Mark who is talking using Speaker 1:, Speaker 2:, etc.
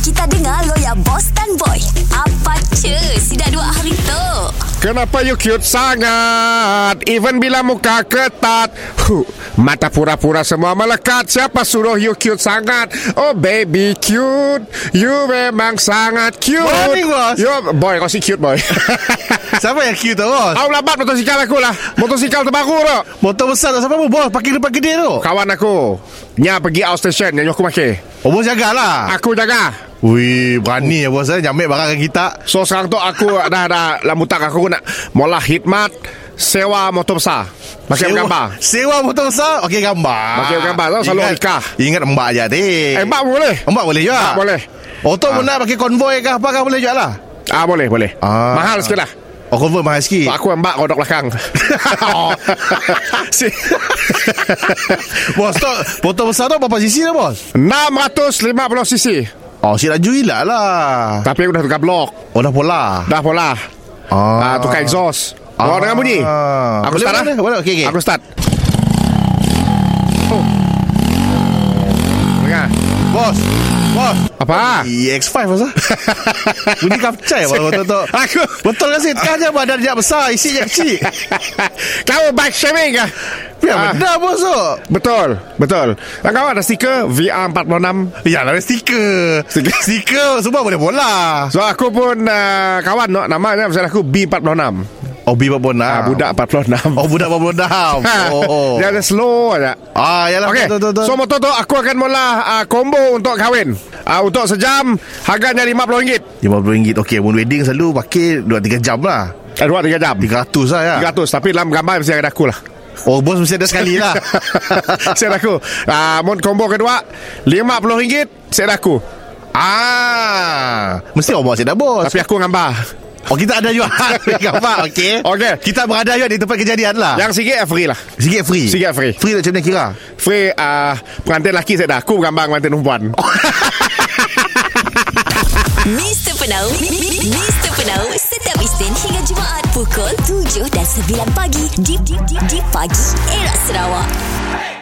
Speaker 1: Kita dengar lo ya Boss dan Boy Apa cuy Si dah dua hari tu
Speaker 2: Kenapa you cute sangat Even bila muka ketat huh, Mata pura-pura semua melekat Siapa suruh you cute sangat Oh baby cute You memang sangat cute
Speaker 3: Morning, boss.
Speaker 2: you, Boy kau si cute boy
Speaker 3: Siapa yang cute tu, bos?
Speaker 2: Aku lambat motosikal aku lah Motosikal terbaru tu
Speaker 3: Motor besar tak siapa pun, bos. Pakai depan gede tu.
Speaker 2: Kawan aku Nya pergi out station Yang aku pakai
Speaker 3: Oh, bos jagalah.
Speaker 2: Aku jaga
Speaker 3: Wih, berani ya, bos. eh. Nyamik barang kan kita.
Speaker 2: So sekarang tu aku dah dah lambutak aku nak Mula khidmat Sewa motor besar Pakai gambar
Speaker 3: Sewa motor besar. Okey, gambar.
Speaker 2: Pakai gambar tu, selalu
Speaker 3: Ingat-
Speaker 2: nikah.
Speaker 3: Ingat mbak je, adik.
Speaker 2: Eh bak boleh
Speaker 3: Mbak boleh juga?
Speaker 2: Mbak boleh.
Speaker 3: Auto
Speaker 2: Ah.
Speaker 3: pun nak pakai konvoi ke apa ke boleh juga lah.
Speaker 2: Ah boleh boleh
Speaker 3: Ah.
Speaker 2: Mahal sikit lah
Speaker 3: Oh, konvoi mahal sikit.
Speaker 2: Aku embak kau dok belakang
Speaker 3: Oh. Si- bos tu Motor besar tu berapa sisi dah bos
Speaker 2: 650cc
Speaker 3: Oh si laju hilang lah
Speaker 2: Tapi aku dah tukar blok
Speaker 3: Oh dah pola
Speaker 2: Dah pola
Speaker 3: Ah,
Speaker 2: ah. Tukar exhaust
Speaker 3: Ah.
Speaker 2: Kau dengar bunyi Aku
Speaker 3: Boleh,
Speaker 2: start
Speaker 3: boleh,
Speaker 2: lah
Speaker 3: boleh. Okey, okey.
Speaker 2: Aku start Oh. Dengar
Speaker 3: Bos Bos
Speaker 2: Apa?
Speaker 3: EX5 bos lah Bunyi kapcai bos Betul tu
Speaker 2: Aku
Speaker 3: Betul kan sih Kan je badan dia besar Isi je kecil
Speaker 2: Kau bike shaming kah?
Speaker 3: Ya
Speaker 2: Ah,
Speaker 3: benar bos tu
Speaker 2: Betul Betul Dan Kau ada stiker VR46
Speaker 3: Ya lah stiker Stiker Stiker Semua boleh bola
Speaker 2: So aku pun uh, Kawan no, Namanya Pasal aku B46
Speaker 3: Oh bibat
Speaker 2: ah.
Speaker 3: bona
Speaker 2: Budak 46
Speaker 3: Oh budak bawa bola Oh
Speaker 2: Dia ada slow aja.
Speaker 3: Ah ya lah
Speaker 2: Okey. So motor tu aku akan mula uh, combo untuk kahwin. Uh, untuk sejam harganya RM50.
Speaker 3: RM50 Okey Moon wedding selalu pakai 2-3 jam lah
Speaker 2: Eh, dua tiga jam.
Speaker 3: 300 lah ya
Speaker 2: 300 tapi dalam gambar mesti ada aku lah.
Speaker 3: Oh bos mesti ada sekali lah
Speaker 2: Saya ada aku. Ah, uh, combo kedua RM50 saya ada aku.
Speaker 3: Ah Mesti orang bawa sedap bos
Speaker 2: Tapi aku gambar.
Speaker 3: Oh kita ada juga Gambar okey
Speaker 2: Okey.
Speaker 3: Kita berada juga di tempat kejadian lah
Speaker 2: Yang sikit eh, free lah.
Speaker 3: Sikit free
Speaker 2: Sikit free.
Speaker 3: Free tak macam mana kira
Speaker 2: Free uh, pengantin lelaki saya ada. Aku gambar pengantin perempuan.
Speaker 1: Mr. Penau Mi- Mi- Mi- Mr. Penau Setiap Isnin hingga Jumaat Pukul 7 dan 9 pagi Di, di, di, di pagi Era Sarawak